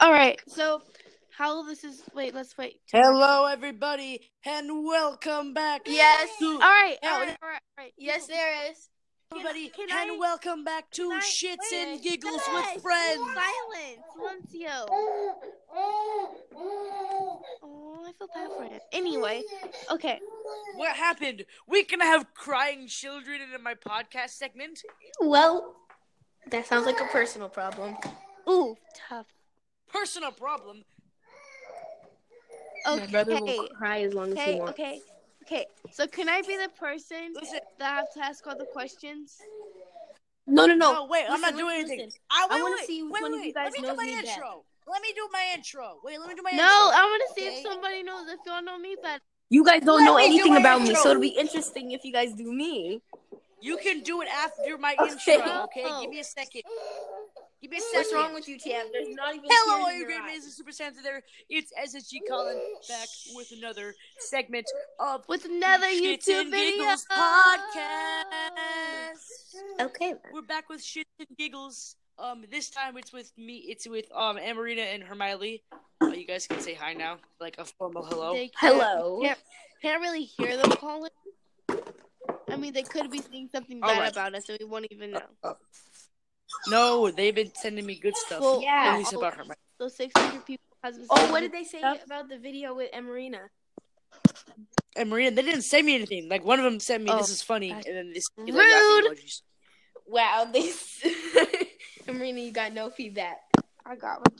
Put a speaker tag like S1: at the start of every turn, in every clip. S1: All right. So, how this is? Wait, let's wait.
S2: Hello, everybody, and welcome back.
S3: Yes.
S2: to-
S1: All right.
S2: Yeah,
S1: All right.
S2: wait.
S1: All right, all right.
S3: Yes, there is.
S2: everybody,
S1: can
S2: and
S1: I-
S2: welcome back to
S1: can I-
S2: Shits
S1: wait,
S2: and
S1: wait,
S2: Giggles
S1: can I-
S2: with Friends.
S1: Silence, Silencio. Oh, I feel bad for him. Anyway, okay.
S2: What happened? We can have crying children in my podcast segment.
S3: Well, that sounds like a personal problem.
S1: Ooh, tough.
S2: Personal problem.
S1: Okay.
S3: My brother will cry as long as he
S1: Okay.
S3: wants.
S1: Okay. Okay. So, can I be the person
S2: Listen,
S1: that have to ask all the questions?
S3: No, no,
S2: no,
S3: no.
S2: wait, I'm not
S3: listen,
S2: doing
S3: listen,
S2: anything.
S3: listen.
S2: I, wait,
S3: I wanna
S2: wait,
S3: see which
S2: wait,
S3: one of
S2: wait.
S3: you guys
S2: Let me do
S3: knows
S2: my
S3: me better.
S2: intro. Let me do my intro. Wait, let me do my
S1: No,
S2: intro.
S1: I want to see if
S2: Okay.
S1: somebody knows if y'all know me better.
S3: You guys don't
S2: Let
S3: know
S2: me do
S3: anything
S2: my
S3: about me,
S2: intro.
S3: so it'll be interesting if you guys do me.
S2: You can do it after my
S3: Okay. Oh.
S2: intro, okay?
S1: No.
S2: Give me a second. Give me a second.
S3: What's wrong with you, Tam? There's not even.
S2: Hello, all you
S3: tears in
S2: great
S3: your eyes.
S2: amazing Super Santa there. It's SSG Colin back with another segment of
S1: With another
S2: Shits
S1: YouTube
S2: and
S1: video.
S2: Giggles podcast.
S3: Okay.
S2: We're back with Shits and Giggles. Um, this time it's with me. It's with um Amarina and Hermione. Uh, you guys can say hi now, like a formal hello.
S1: They can't-
S3: Hello.
S1: Can't, can't really hear them calling. I mean, they could be saying something
S2: All
S1: bad
S2: right. Uh,
S1: about us, and we won't even know.
S2: No, they've been sending me good stuff.
S1: Well,
S3: Yeah.
S2: At least about Hermione.
S1: Those 600 people has been
S3: Oh,
S1: saying
S3: what
S1: this
S3: did they say
S1: stuff.
S3: about the video with Emerina?
S2: And Marina, they didn't send me anything. Like one of them sent me,
S1: Oh,
S2: "This is funny,"
S1: that's
S2: and then this
S1: rude.
S2: Like, laughing emojis.
S3: Wow, they. Emerina, you got no feedback.
S1: I got one.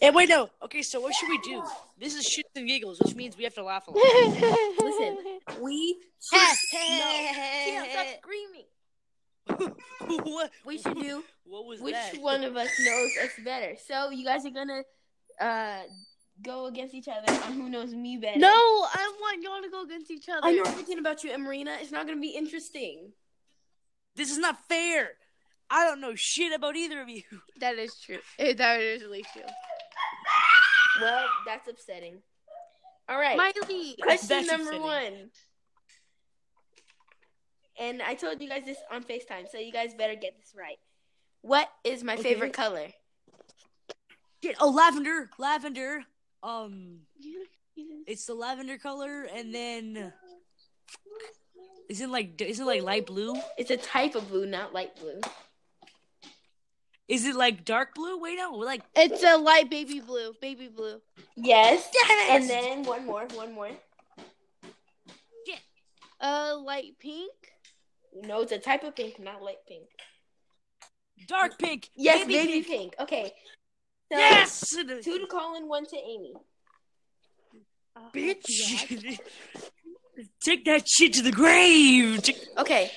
S2: And wait, no. Okay, so what should we do? This is shits and giggles, which means we have to laugh a lot.
S1: Listen.
S3: We should.
S2: Hey,
S3: Tam, stop
S2: hey,
S3: screaming.
S2: what,
S3: We should do
S2: what was
S3: which
S2: that?
S3: one of us knows us better. So you guys are gonna uh go against each other on who knows me better.
S1: No, I want y'all to go against each other.
S3: I know everything about you, Emerina. It's not gonna be interesting.
S2: This is not fair. I don't know shit about either of you.
S1: That is true. Eh, That is really true.
S3: Well, that's upsetting. All right.
S1: Miley.
S3: Question
S2: That's
S3: number
S2: upsetting.
S3: one. And I told you guys this on FaceTime, so you guys better get this right. What is my
S2: Okay.
S3: favorite color?
S2: Shit. Oh, lavender, lavender. Um,
S1: You- you-
S2: it's the lavender color, and then isn't like isn't like light blue?
S3: It's a type of blue, not light blue.
S2: Is it like dark blue? Wait, no, like
S1: It's a light baby blue. Baby blue.
S3: Yes.
S2: Yes!
S3: And then one more, one more.
S1: Uh, light pink.
S3: No, it's a type of pink, not light pink.
S2: dark pink.
S3: Yes,
S2: baby
S3: baby,
S2: pink.
S3: pink. Okay. So,
S2: Yes,
S3: Two to Colin, one to Amy.
S1: Uh,
S2: bitch. Take that shit to the grave. Take-
S3: Okay.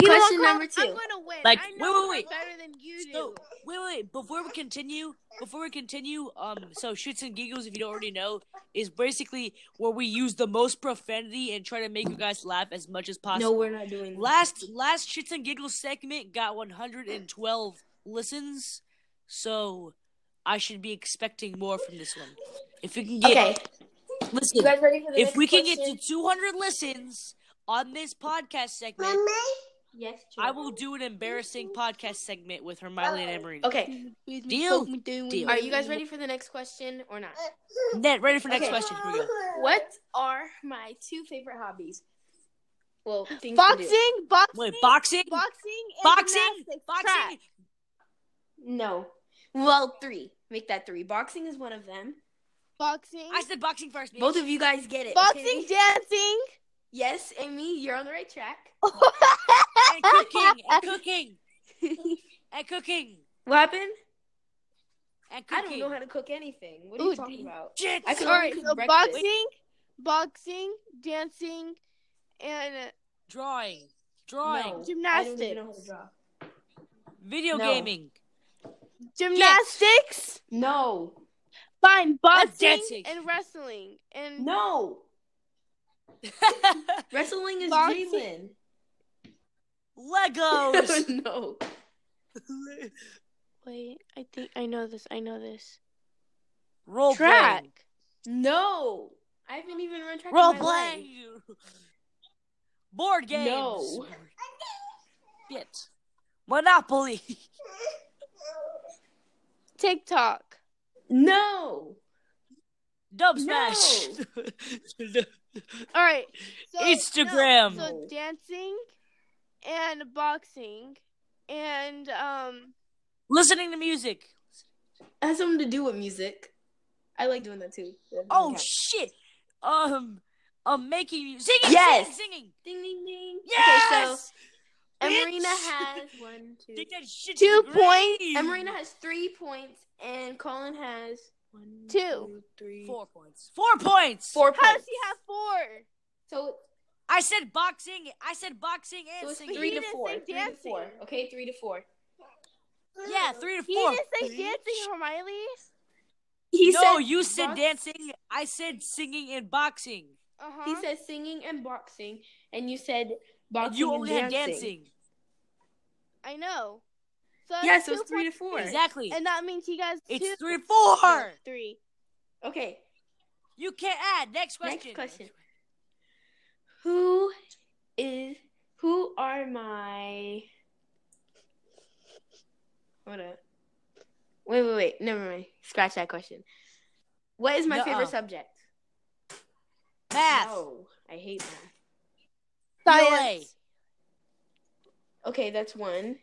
S1: You know what,
S3: Question
S1: Carl?
S3: number two.
S1: I'm gonna win.
S2: Like,
S1: I
S2: wait,
S1: know
S2: wait,
S1: her better than you do.
S2: So, wait, wait, wait. Before we continue, before we continue, um, so shits and giggles, if you don't already know, is basically where we use the most profanity and try to make you guys laugh as much as
S3: No,
S2: possible.
S3: we're not doing that.
S2: Last last shits and giggles segment got 112 listens, so I should be expecting more from this one. If we can get
S3: Okay. You
S2: listen,
S3: guys ready for the
S2: if
S3: next
S2: we can get to
S3: question?
S2: 200 listens on this podcast segment,
S3: Yes, true.
S2: I will do an embarrassing podcast segment with Hermione and Emery.
S3: Okay.
S2: Deal. Deal.
S3: Are you guys ready for the next question or not?
S2: Ned, ready for next
S3: Okay.
S2: question? Here we go.
S3: What are my two favorite hobbies? Well, things to do.
S1: Boxing, boxing,
S2: Wait, boxing,
S1: boxing, and
S2: Boxing?
S1: gymnastics,
S2: boxing.
S1: track.
S3: No. Well, three. Make that three. Boxing is one of them.
S1: boxing,
S2: I said boxing first. bitch.
S3: Both of you guys get it.
S1: boxing,
S3: okay?
S1: dancing.
S3: Yes, Amy, you're on the right track.
S2: and cooking, and cooking, and cooking,
S3: What happened?
S2: and cooking.
S3: I don't know how to cook anything. What are you
S1: Ooh,
S3: talking about?
S2: Shit.
S3: I can
S1: All right,
S3: only cook
S1: so
S3: breakfast.
S1: boxing, boxing, dancing, and uh,
S2: Drawing, drawing,
S3: No, I don't even know how to
S1: Gymnastics.
S3: draw.
S2: video
S3: No.
S2: gaming.
S1: gymnastics.
S3: No,
S1: Fine, boxing
S2: dancing.
S1: and wrestling and
S3: no. Wrestling is
S1: Boxing.
S3: Jalen.
S2: Legos.
S3: no.
S1: wait. I think I know this. I know this.
S2: Role
S1: Track.
S2: playing.
S3: No. I haven't even run track. in
S2: Role
S3: my life.
S2: playing. Board games.
S3: No.
S2: Shit. Monopoly.
S1: TikTok.
S3: No.
S2: Dub
S3: No.
S2: smash.
S1: All right. So,
S2: Instagram.
S1: no, so dancing and boxing and um
S2: Listening to music.
S3: It has something to do with music. I like doing that too. That doesn't
S2: Oh
S3: count.
S2: shit. Um, I'm making mu- singing.
S3: Yes.
S2: singing, singing.
S3: ding ding ding. Okay, so
S2: Yes.
S3: Emerina
S2: bitch.
S3: has one, two.
S2: Take that shit to
S1: Two
S2: the
S1: points.
S2: grave.
S3: Emerina has three points, and Colin has one,
S1: Two.
S3: three,
S2: Four points. Four points.
S3: four
S1: how does
S3: points.
S1: he have four?
S3: So,
S2: I said boxing. I said boxing
S3: so
S2: and
S3: it's
S2: singing.
S3: three to
S1: didn't
S3: four.
S1: say
S3: Three to four.
S1: dancing.
S3: Okay, three to four.
S2: yeah, three to
S1: He
S2: four.
S1: didn't say
S2: bitch.
S1: dancing, Hermione.
S3: He
S2: no, you said
S3: box-
S2: dancing. I said singing and boxing.
S1: Uh huh.
S3: He said singing and boxing, and you said boxing.
S2: And you
S3: and
S2: only had
S3: dancing.
S2: dancing.
S1: I know. So
S3: Yeah,
S1: that's
S3: so
S1: two
S3: it's three to
S1: points.
S3: four.
S2: Exactly.
S1: And that means he got
S2: it's
S1: two.
S2: three to four.
S1: No, Three.
S3: Okay.
S2: You can't add. Next question.
S3: Next question. Who is who are my Hold up. Wait, wait, wait. Never mind. Scratch that question. What is my
S2: Nuh-uh.
S3: favorite subject?
S2: Math.
S3: No, I hate math.
S2: Science.
S3: Okay, that's one.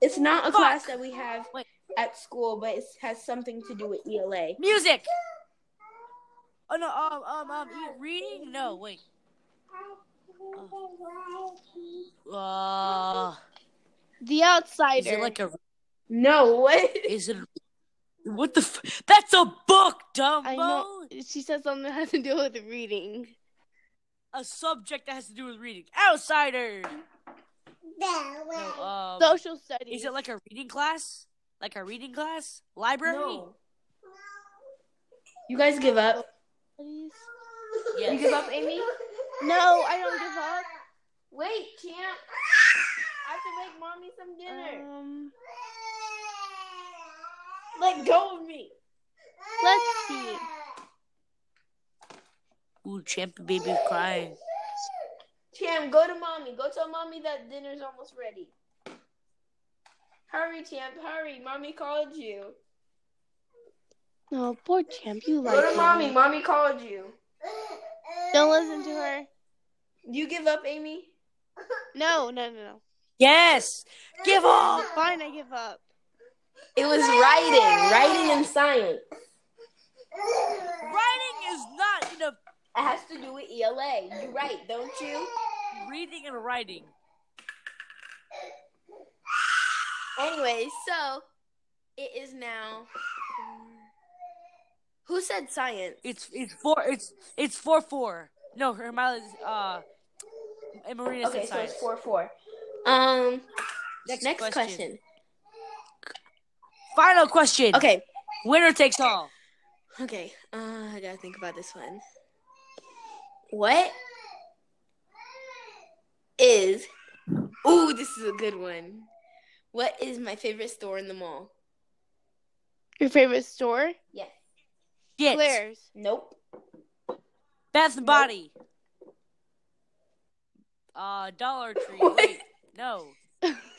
S3: It's not a
S2: Fuck.
S3: class that we have
S2: Wait.
S3: at school, but it has something to do with E ELA.
S2: Music. Oh no. Um. Um. Um. e- Reading. No. Wait. Uh.
S1: The
S2: Is
S1: outsider.
S2: it like a?
S3: No, what?
S2: Is it? What the? F- That's a book, Dumbo.
S1: I know. She said something that has to do with reading.
S2: A subject that has to do with reading. Outsider. No, um,
S1: Social studies.
S2: is it like a reading class? Like a reading class? Library?
S3: No. You guys give up?
S1: Studies?
S2: Yes.
S3: You give up, Amy?
S1: No, I don't give up.
S3: Wait, champ. I have to make mommy some dinner.
S1: Um,
S3: Let go of me.
S1: let's see.
S2: Ooh, champion baby crying.
S3: Champ, go to mommy. Go tell mommy that dinner's almost ready. Hurry, champ, hurry. Mommy called you.
S1: No, oh, poor champ. You like
S3: Go to
S1: him.
S3: mommy. Mommy called you.
S1: Don't listen to her.
S3: You give up, Amy?
S1: No, no, no,
S2: Yes! Give
S1: no.
S2: up!
S1: Fine, I give up.
S3: It was writing, writing and science.
S2: Writing is not in a
S3: It has to do with ELA. You write, don't you?
S2: reading and writing.
S3: Anyway, so it is now. Who said science?
S2: It's it's four it's it's four four. No, Hermione is uh and Marina
S3: okay,
S2: said
S3: so
S2: science.
S3: it's four four. Um, next, question.
S2: Final question.
S3: Okay,
S2: Winner takes all.
S3: okay. Uh, I gotta think about this one. What is? Ooh, this is a good one. What is my favorite store in the mall?
S1: Your favorite store?
S3: Yes.
S2: Yes.
S1: Claire's.
S3: Nope.
S2: Bath and Body. Uh, Dollar Tree. Wait, no.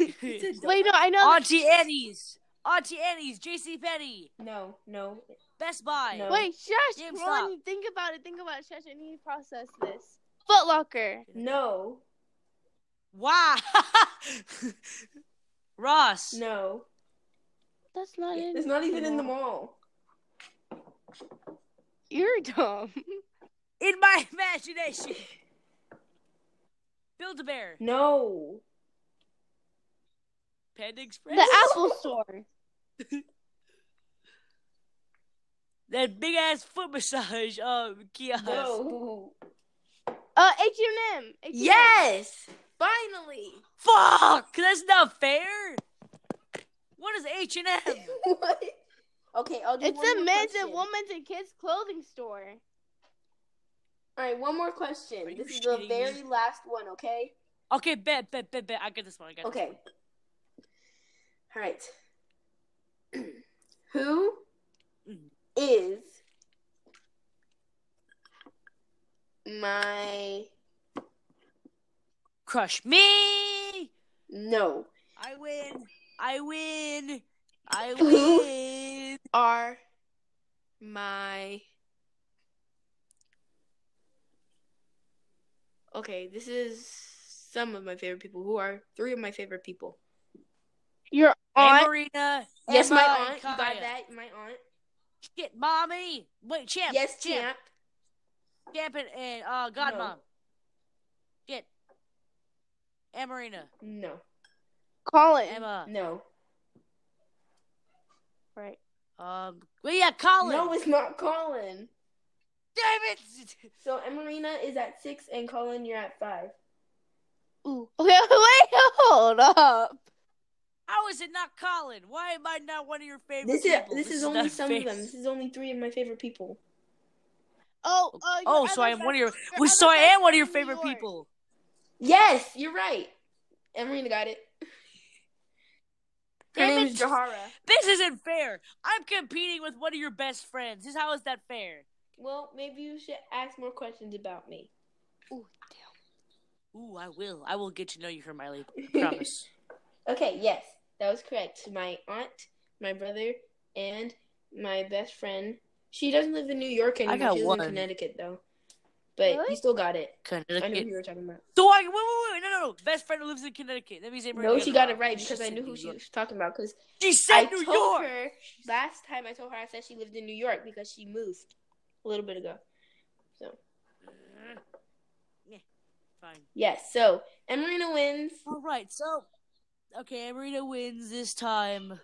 S1: Wait, no, I know.
S2: Auntie Annie's. Auntie Annie's. J.C. Penney.
S3: No, no.
S2: Best Buy.
S3: No.
S1: Wait, shush,
S2: James,
S1: Ron. Think about it. Think about it. Shush, I need to process this. Foot Locker.
S3: No.
S2: Wow. Ross.
S3: No.
S1: That's not it.
S3: It's not even in the mall.
S1: You're dumb.
S2: In my imagination. Build a Bear.
S3: No.
S2: Panda Express.
S1: The Apple Store.
S2: that big ass foot massage um, kiosk.
S3: No.
S1: Uh, H&M. H&M.
S3: Yes. Finally.
S2: Fuck! That's not fair. What is H and M?
S3: what? Okay, I'll do
S1: It's
S3: one
S1: a
S3: more
S1: men's
S3: question.
S1: and women's and kids clothing store.
S3: All right, one more
S2: Are
S3: question.
S2: you
S3: This is the
S2: shitting
S3: very last one, okay?
S2: Okay, bet, bet, bet, bet. I got this one. I got
S3: Okay. All right. Who is my
S2: Crush me.
S3: no?
S2: I win. I win. I
S3: Who?
S2: win.
S1: are my
S3: Okay, this is some of my favorite people. Who are three of my favorite people?
S1: your
S2: Hey,
S1: aunt?
S2: Marina.
S3: Yes, my
S2: Emma,
S3: aunt.
S2: and
S3: You got
S2: Kaya.
S3: that? My aunt.
S2: Shit, mommy. Wait, champ.
S3: Yes,
S2: champ.
S3: champ.
S2: Champ and, and uh, God
S3: No.
S2: Mom. Shit. And Marina.
S3: No,
S1: Colin.
S3: Mm.
S2: Emma.
S3: no,
S1: Right.
S2: Um. Well, yeah, Colin.
S3: no. It's not Colin.
S2: Damn it!
S3: So Emerina is at six, and Colin, you're at five.
S1: Ooh. Okay, wait, hold up.
S2: How is it not Colin? Why am I not one of your favorite
S3: This is
S2: people?
S3: this is
S2: not
S3: only some of
S2: fair.
S3: them. This is only three of my favorite people.
S1: Oh, uh,
S2: Oh,
S1: your
S2: so
S1: other
S2: I am one of your.
S1: friend-
S2: Well, so I
S1: other
S2: am one of
S1: friend
S2: your
S1: from
S2: favorite
S1: New York.
S2: people.
S3: Yes, you're right. Emerina got it. Her
S2: Damn
S3: name
S2: it.
S3: is Jahara.
S2: This isn't fair. I'm competing with one of your best friends. This how is that fair?
S3: Well, maybe you should ask more questions about me.
S1: Ooh,
S2: Ooh, I will. I will get to know you here, Miley. Promise.
S3: Okay, yes, that was correct. My aunt, my brother, and my best friend. She doesn't live in New York anymore.
S2: got
S3: she lives
S2: one.
S3: in Connecticut though. But
S1: Really?
S3: you still got it. I knew who
S2: Connecticut.
S3: you were talking about.
S2: So I wait, wait, wait, no, no, no. Best friend who lives in Connecticut. That means Amber.
S3: No, she got it right because I knew who she was talking about. Because
S2: She
S3: I
S2: said New
S3: told
S2: York.
S3: her last time I told her I said she lived in New York because she moved a little bit ago.
S2: Yeah, Fine.
S3: Yes, so Emerina wins.
S2: All right, so okay, Marina wins this time.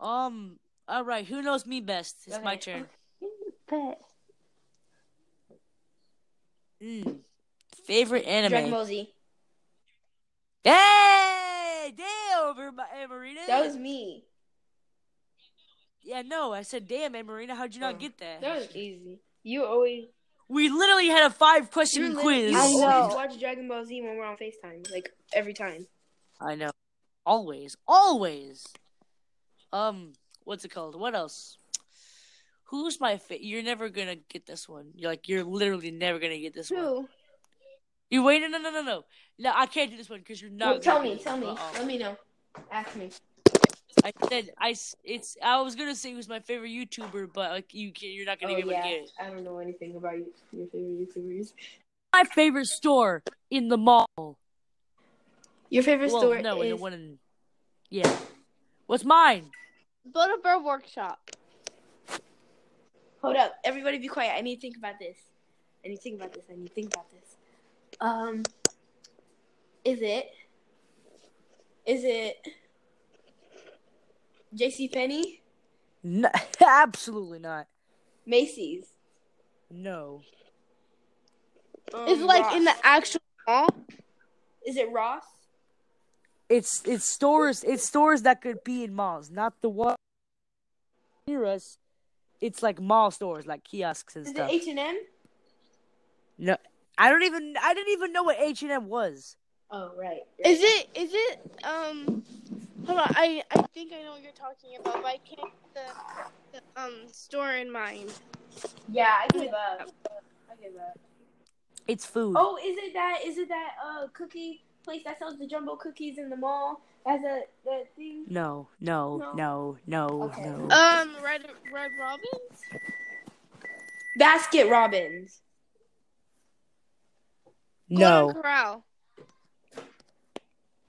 S2: Um, all right, who knows me best? It's my
S3: Okay.
S2: turn. Mm. Favorite
S3: Dragon
S2: anime?
S3: Ball Z.
S2: Hey, day over, my eh, Marina.
S3: That was me.
S2: yeah, no, I said damn, eh, Marina. How'd you
S3: Oh.
S2: not get that?
S3: That was easy. You always
S2: we literally had a five question
S3: You're
S2: quiz.
S3: literally-
S1: I
S3: You
S1: know.
S3: always watch Dragon Ball Z when we're on FaceTime, like every time.
S2: I know. Always, always. Um, what's it called? What else? Who's my fa- You're never gonna get this one. You're like you're literally never gonna get this one. You wait, no, no, no, no, no. No, I can't do this one because you're not. Uh-uh.
S3: Well, tell
S2: gonna
S3: me,
S2: get
S3: tell
S2: it.
S3: me.
S2: Uh-oh.
S3: Let me know. Ask me.
S2: um, I said I. s- It's. I was gonna say who's my favorite YouTuber, but like you, can't, you're not gonna
S3: Oh,
S2: be able
S3: yeah.
S2: to get it.
S3: I don't know anything about you, your favorite YouTubers.
S2: My favorite store in the mall.
S3: Your favorite
S2: well,
S3: store
S2: no, in the
S3: is
S2: one in. Yeah. What's mine?
S1: Build-A-Bear Workshop.
S3: Hold up, everybody, be quiet. I need to think about this. I need to think about this. I need to think about this. Um, is it? Is it? J.C. Penney,
S2: No, absolutely not.
S3: Macy's.
S2: No.
S3: Um,
S1: It's like in the
S3: Ross.
S1: actual mall.
S3: Is it Ross?
S2: It's it's stores it's stores that could be in malls, not the one near us. It's like mall stores, like kiosks and
S3: Is
S2: stuff.
S3: it H and M?
S2: no, I don't even I didn't even know what H and M was.
S3: Oh right.
S1: Is it? Is it? Um, hold on. I I think I know what you're talking about, but I can't get the, the um store in mind.
S3: Yeah, I give up. I give up.
S2: It's food.
S3: Oh, is it that? Is it that uh cookie place that sells the jumbo cookies in the mall? As a that thing.
S2: No, no,
S3: No.
S2: no, no,
S3: Okay.
S2: no.
S1: Um, Red Red Robins.
S3: Basket Robbins.
S2: no.
S1: Golden Corral.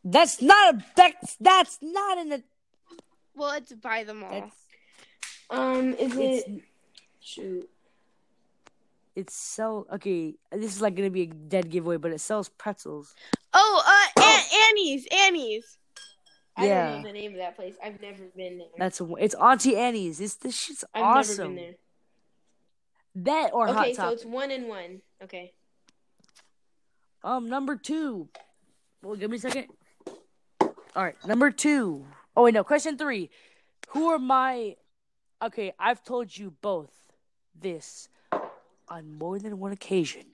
S2: That's not a that's that's not in the
S1: Well, it's by the mall.
S2: that's
S3: Um, is
S2: it's
S3: it? Shoot.
S2: it's sell okay, this is like gonna be a dead giveaway, but it sells pretzels.
S1: Oh, uh, Aunt Annie's. Annie's.
S3: I
S2: Yeah.
S3: don't know the name of that place. I've never been there.
S2: That's a, it's Auntie Annie's. This this shit's
S3: I've
S2: awesome.
S3: never been
S2: That or
S3: there.
S2: hot
S3: Okay,
S2: topic.
S3: so it's one and one. Okay.
S2: Um, number two. Well, give me a second. All right, number two. Oh wait, no. Question three. Who are my? Okay, I've told you both this on more than one occasion.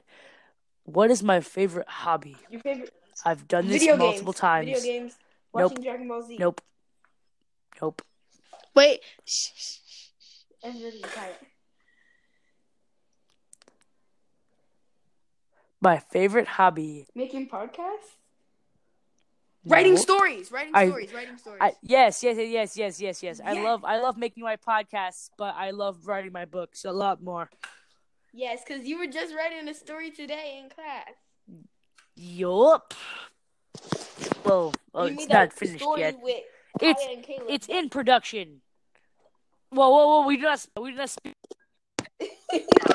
S2: What is my favorite hobby?
S3: Your favorite
S2: I've done this
S3: video games.
S2: multiple times.
S3: Video games.
S2: Nope.
S3: Watching Dragon Ball Z.
S2: Nope. Nope.
S1: Wait.
S3: Everybody be quiet.
S2: My favorite hobby.
S3: Making podcasts. Writing
S2: No.
S3: stories, writing
S2: I-
S3: stories, writing stories.
S2: I, yes, yes, yes, yes, yes, yes. I
S3: Yeah.
S2: love, I love making my podcasts, but I love writing my books a lot more.
S3: yes, because you were just writing a story today in class.
S2: Yup. Well, oh,
S3: You
S2: it's
S3: made
S2: not
S3: that
S2: finished
S3: story
S2: yet.
S3: With
S2: It's
S3: Kaya and Caleb.
S2: it's in production. Whoa, whoa, whoa! We just we just speak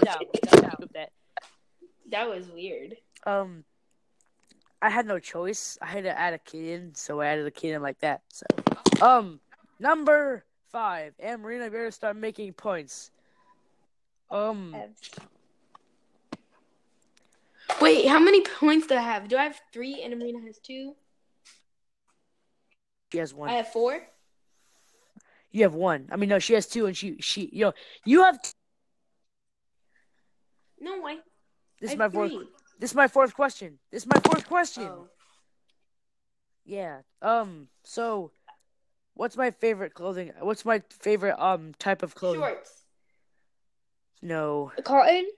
S2: down, down, down that.
S3: that was weird.
S2: Um, I had no choice. I had to add a kid in, so I added a kid in like that. So, um, number five, and Marina better start making points. Um,
S3: Wait, how many points do I have? Do I have three and Marina has two?
S2: she has one.
S3: I have four?
S2: You have one. I mean, no, she has two, and she she yo, you have. T-
S3: No, I
S2: this
S3: I
S2: is
S3: have
S2: my fourth.
S3: three.
S2: This is my fourth question. This is my fourth question.
S3: Oh.
S2: Yeah. Um. So, what's my favorite clothing? What's my favorite um type of clothing?
S3: Shorts.
S2: No.
S1: Cotton?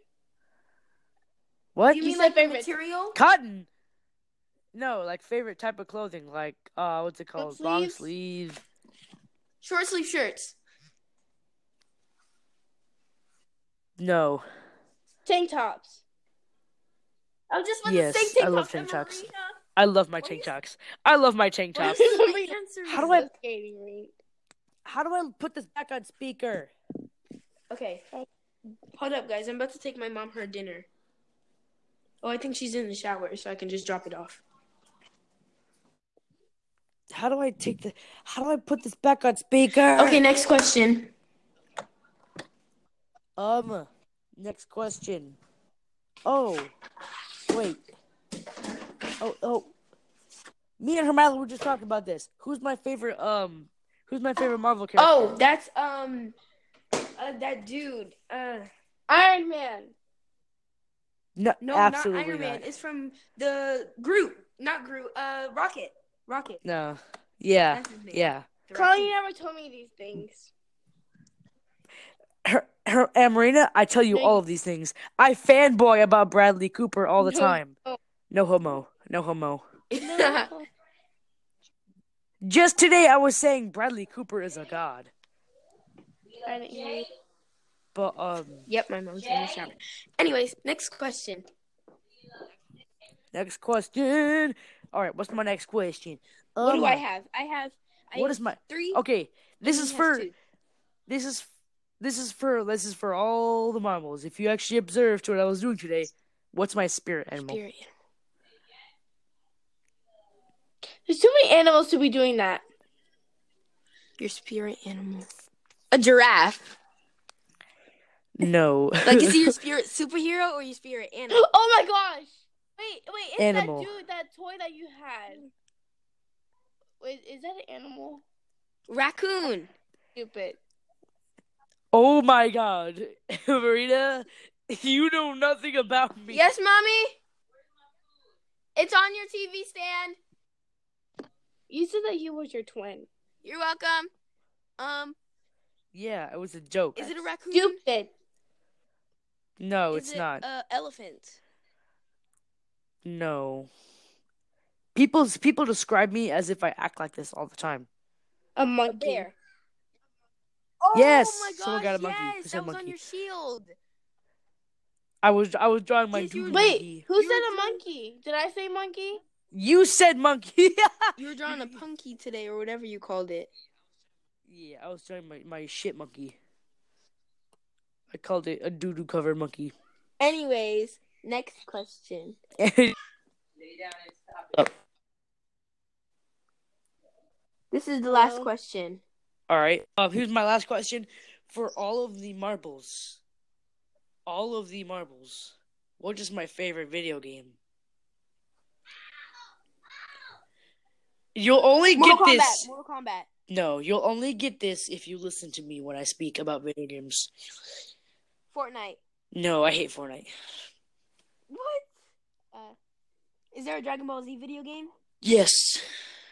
S2: What?
S3: Do you
S1: You
S3: mean
S1: said
S3: like the
S1: favorite.
S3: material?
S2: Cotton. No, like favorite type of clothing, like uh, what's it called? Long
S1: sleeves?
S2: sleeve.
S3: Short sleeve shirts.
S2: No.
S1: Tank tops.
S3: I was just about
S2: Yes,
S3: to say tank
S2: I love
S3: tops,
S2: tank
S3: and
S2: tops.
S3: Marina-
S2: I love my
S3: What
S2: tank
S3: is-
S2: tops. I love my tank
S3: What
S2: tops.
S3: is my
S1: Marina,
S3: answer?
S2: how do I-
S1: The skating rink.
S2: How do I put this back on speaker?
S3: Okay. Hold up, guys. I'm about to take my mom her dinner. Oh, I think she's in the shower, so I can just drop it off.
S2: How do I take the? How do I put this back on speaker?
S3: Okay, next question.
S2: Um, next question. Oh, wait. Oh, oh. Me and Hermione were just talking about this. Who's my favorite? Um, who's my favorite Marvel character?
S3: Oh, that's um, uh, that dude. Uh,
S1: Iron Man.
S2: no,
S3: no,
S2: absolutely
S3: not Iron Man. It's from the Groot, not Groot. Uh, Rocket, Rocket.
S2: No, yeah,
S3: That's his name.
S2: yeah.
S3: The
S1: Carl, you
S3: Rocket.
S1: never told me these things.
S2: Her, her, and Marina, I tell you all of these things. I fanboy about Bradley Cooper all the
S1: No.
S2: time. No homo. No homo.
S1: No.
S2: Just today, I was saying Bradley Cooper is a god.
S1: I didn't hear you.
S2: But um,
S3: yep, my mom's in the shower. Anyways, next question.
S2: next question. All right, what's my next question?
S3: What do
S2: Um,
S3: I have? I have. I
S2: What
S3: have
S2: is my
S3: three?
S2: okay? This is
S3: Marina has
S2: for
S3: two.
S2: this is this is for this is for all the marbles. If you actually observed what I was doing today, what's my spirit animal?
S3: Period.
S1: There's too many animals to be doing that.
S3: Your spirit animal. A giraffe.
S2: No,
S3: Like, is it your spirit superhero or your spirit animal?
S1: Oh my gosh! Wait, wait, it's
S2: Animal.
S1: that dude, that toy that you had. Wait, is that an animal?
S3: Raccoon.
S1: Stupid.
S2: oh my god, Marina, you know nothing about me.
S3: Yes, mommy. It's on your TV stand.
S1: You said that he was your twin.
S3: You're welcome. Um,
S2: Yeah, it was a joke.
S3: is it a raccoon?
S1: Stupid.
S2: No,
S3: Is
S2: it's
S3: it
S2: not.
S3: A Uh, elephant.
S2: No. People people describe me as if I act like this all the time.
S1: A
S3: A
S1: monkey.
S3: bear.
S2: Yes,
S3: Oh my gosh!
S2: someone got a monkey.
S3: Yes,
S2: They said
S3: that was on
S2: monkey.
S3: your shield.
S2: I was I was drawing my
S3: Yes, you were-
S2: doodle
S1: Wait,
S2: monkey.
S1: who
S3: You
S1: said
S3: were
S1: a
S3: doing-
S1: monkey? Did I say monkey?
S2: You said monkey.
S3: You were drawing a punky today, or whatever you called it.
S2: Yeah, I was drawing my, my shit monkey. I called it a doo doo covered monkey.
S3: Anyways, next question. This is the last
S1: Hello?
S3: question.
S2: all right. Um, here's my last question for all of the marbles. All of the marbles. What is my favorite video game? You'll only get
S3: Mortal Kombat.
S2: this.
S3: Mortal Kombat.
S2: No, you'll only get this if you listen to me when I speak about video games.
S3: Fortnite.
S2: No, I hate Fortnite.
S3: What? Uh, is there a Dragon Ball Z video game?
S2: Yes.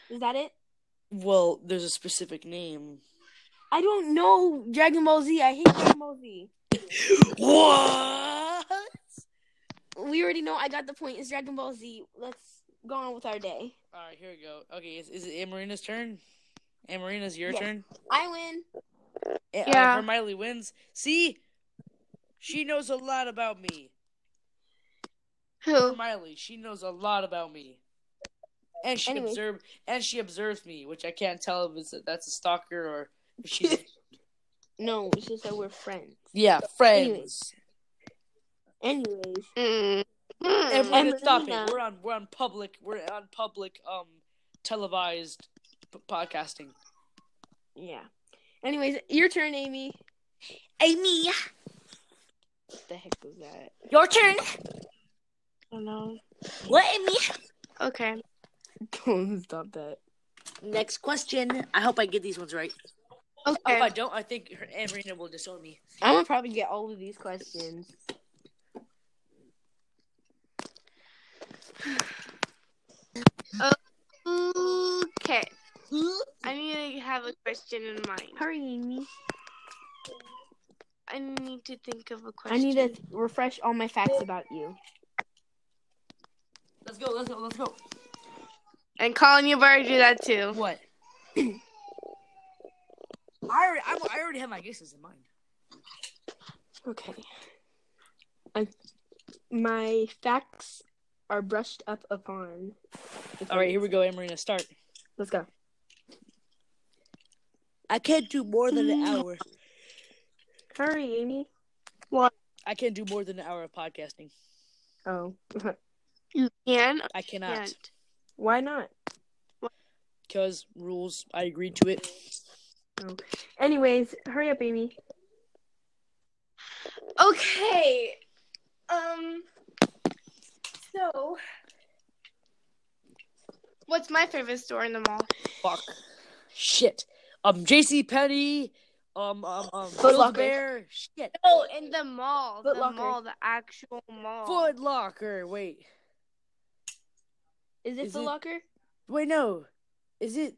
S3: Is that it?
S2: Well, there's a specific name.
S3: I don't know Dragon Ball Z. I hate Dragon Ball Z.
S2: What?
S3: We already know I got the point. It's Dragon Ball Z. Let's go on with our day.
S2: All right, here we go. Okay, is, is it Amarina's turn? Amarina's your
S3: Yes.
S2: turn.
S3: I win.
S2: Yeah.
S1: Yeah.
S2: Hermione wins. See, she knows a lot about me.
S1: Who?
S2: Hermione, she knows a lot about me, and she
S3: Anyways.
S2: observe and she observes me, which I can't tell if it's that's a stalker or if she's
S3: No, it's just that we're friends.
S2: yeah friends.
S3: Anyways,
S1: Mm.
S2: And we're gonna stop
S3: Amarina.
S2: it. We're on we're on public we're on public um televised p- podcasting.
S3: yeah. Anyways, your turn, Amy.
S1: Amy. I
S3: What the heck was that?
S2: Your turn.
S1: don't know.
S2: What me?
S1: Okay.
S3: Don't stop that.
S2: Next question. I hope I get these ones right. Oh,
S1: Okay.
S2: If I don't, I think her- Aunt Rena will disown me.
S3: I'm gonna probably get all of these questions.
S1: Okay. I need to have a question in mind.
S3: Hurry, Amy.
S1: I need to think of a
S3: I
S1: question.
S3: need to refresh all my facts about you.
S2: Let's go. Let's go. Let's go.
S1: And Colin, you better do that too.
S2: What? I already, I, I already have my guesses in mind.
S3: Okay. I, my facts are brushed up upon.
S2: All right, here we go, Amarina. Start.
S3: Let's go.
S2: I can't do more than an hour.
S3: Hurry, Amy.
S2: I can't do more than an hour of podcasting.
S3: Oh,
S1: You can or
S2: I cannot
S1: can't?
S3: why not?
S2: because rules. I agreed to it.
S3: Anyways, hurry up, Amy.
S1: Okay. Um. So, what's my favorite store in the mall?
S2: Fuck. Shit. Um. J.C. Penny. Um. Um. Um.
S3: Foot Locker.
S2: Bear. Shit.
S1: Oh, in the mall.
S3: Foot
S1: the
S3: Locker.
S1: mall. The actual mall.
S2: Foot Locker. Wait.
S3: Is it
S2: Is
S3: Foot
S2: it-
S3: Locker?
S2: Wait. No. Is it?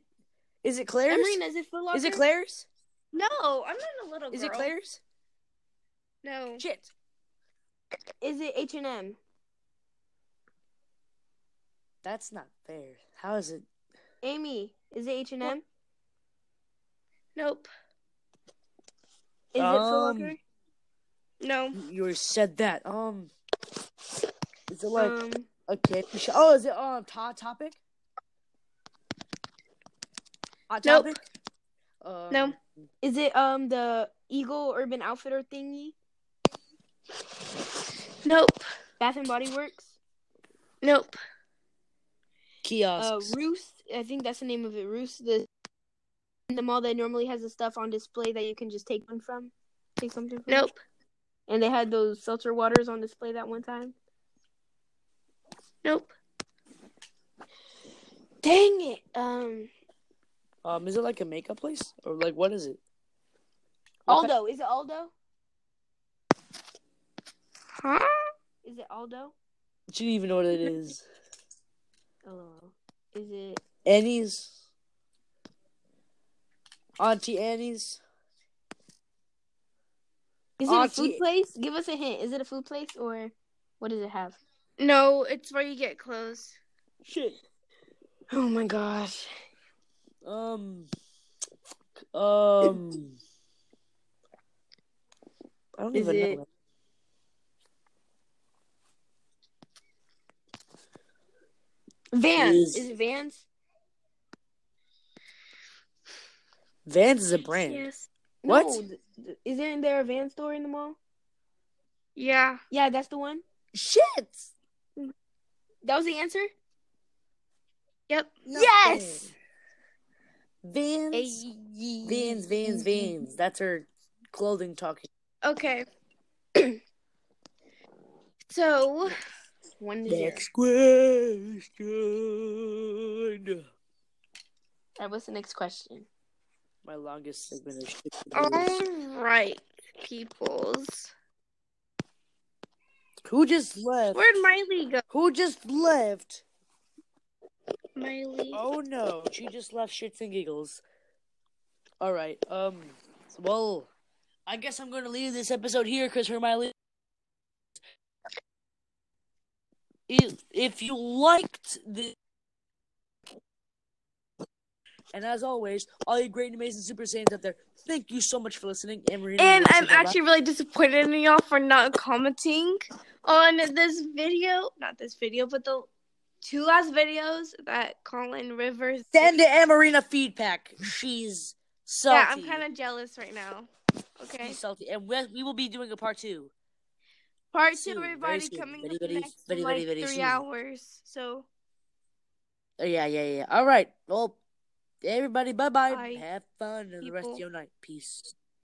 S2: Is it Claire's?
S3: Emerina, is it Foot Locker?
S2: Is it Claire's?
S1: No, I'm not a little girl.
S2: Is it Claire's?
S1: No.
S2: Shit.
S3: Is it H and M?
S2: That's not fair. How is it?
S3: Amy, is it H and M?
S1: Nope.
S3: Is it Foot
S2: Um,
S3: Locker?
S1: No.
S2: You already said that. Um. Is it like
S3: um,
S2: okay? we should- Oh, is it um Hot Topic? Hot
S1: Nope.
S2: Topic. Um,
S1: No.
S3: is it um the Eagle Urban Outfitter thingy?
S1: Nope.
S3: Bath and Body Works?
S1: Nope.
S3: Uh,
S2: Kiosks.
S3: Roost. I think that's the name of it. Roost. The the mall that normally has the stuff on display that you can just take one from. Take something. From.
S1: Nope.
S3: And they had those seltzer waters on display that one time.
S1: Nope.
S3: Dang it. Um.
S2: um, is it like a makeup place or like what is it? What
S3: Aldo. Is it Aldo?
S1: Huh?
S3: Is it Aldo?
S2: ki- She didn't even know what it is.
S3: LOL. Is it?
S2: Annie's. Auntie Annie's.
S3: Is it a
S2: Auntie-
S3: food place? Give us a hint. Is it a food place or what does it have?
S1: No, it's where you get clothes.
S2: Shit.
S3: Oh my gosh.
S2: Um. Um. I don't
S3: Is
S2: even
S3: it-
S2: know.
S3: Vans.
S2: Is-
S3: Is, it Vans?
S2: Vans is a brand.
S1: Yes.
S2: What?
S3: No. th- th- Isn't there a Vans store in the mall?
S1: Yeah.
S3: Yeah, that's the one.
S2: Shit.
S3: That was the answer.
S1: Yep.
S2: Yes. Vans. Vans.
S3: Vans.
S2: Vans. Vans. That's her clothing talking.
S1: Okay. so,
S3: One to zero.
S2: Next question.
S3: Alright, what's the next question?
S2: My longest segment of shit.
S1: all
S2: Um,
S1: right, peoples.
S2: Who just left?
S1: Where'd Miley go?
S2: Who just left?
S1: Miley.
S2: Oh no, she just left shits and giggles. All right. Um. Well, I guess I'm going to leave this episode here because Hermione. i- if you liked the. And as always, all you great and amazing Super Saiyans out there, thank you so much for listening. And, we're gonna
S1: And
S2: go
S1: I'm
S2: to the last-
S1: actually really disappointed in y'all for not commenting on this video. Not this video, but the two last videos that Colin Rivers.
S2: Send to Anne Marina feedback. She's salty.
S1: Yeah, I'm kind of jealous right now. Okay.
S2: She's salty. And we, we will be doing a part two.
S1: Part
S2: Soon,
S1: two,
S2: very
S1: we've already
S2: soon.
S1: coming
S2: Very,
S1: up
S2: very,
S1: next
S2: very,
S1: in,
S2: very,
S1: like
S2: very
S1: three
S2: soon.
S1: hours. So
S2: Uh, Yeah, yeah, yeah. All right. Well, everybody, bye-bye.
S1: Bye,
S2: Have fun and the rest of
S1: people.
S2: your night. Peace.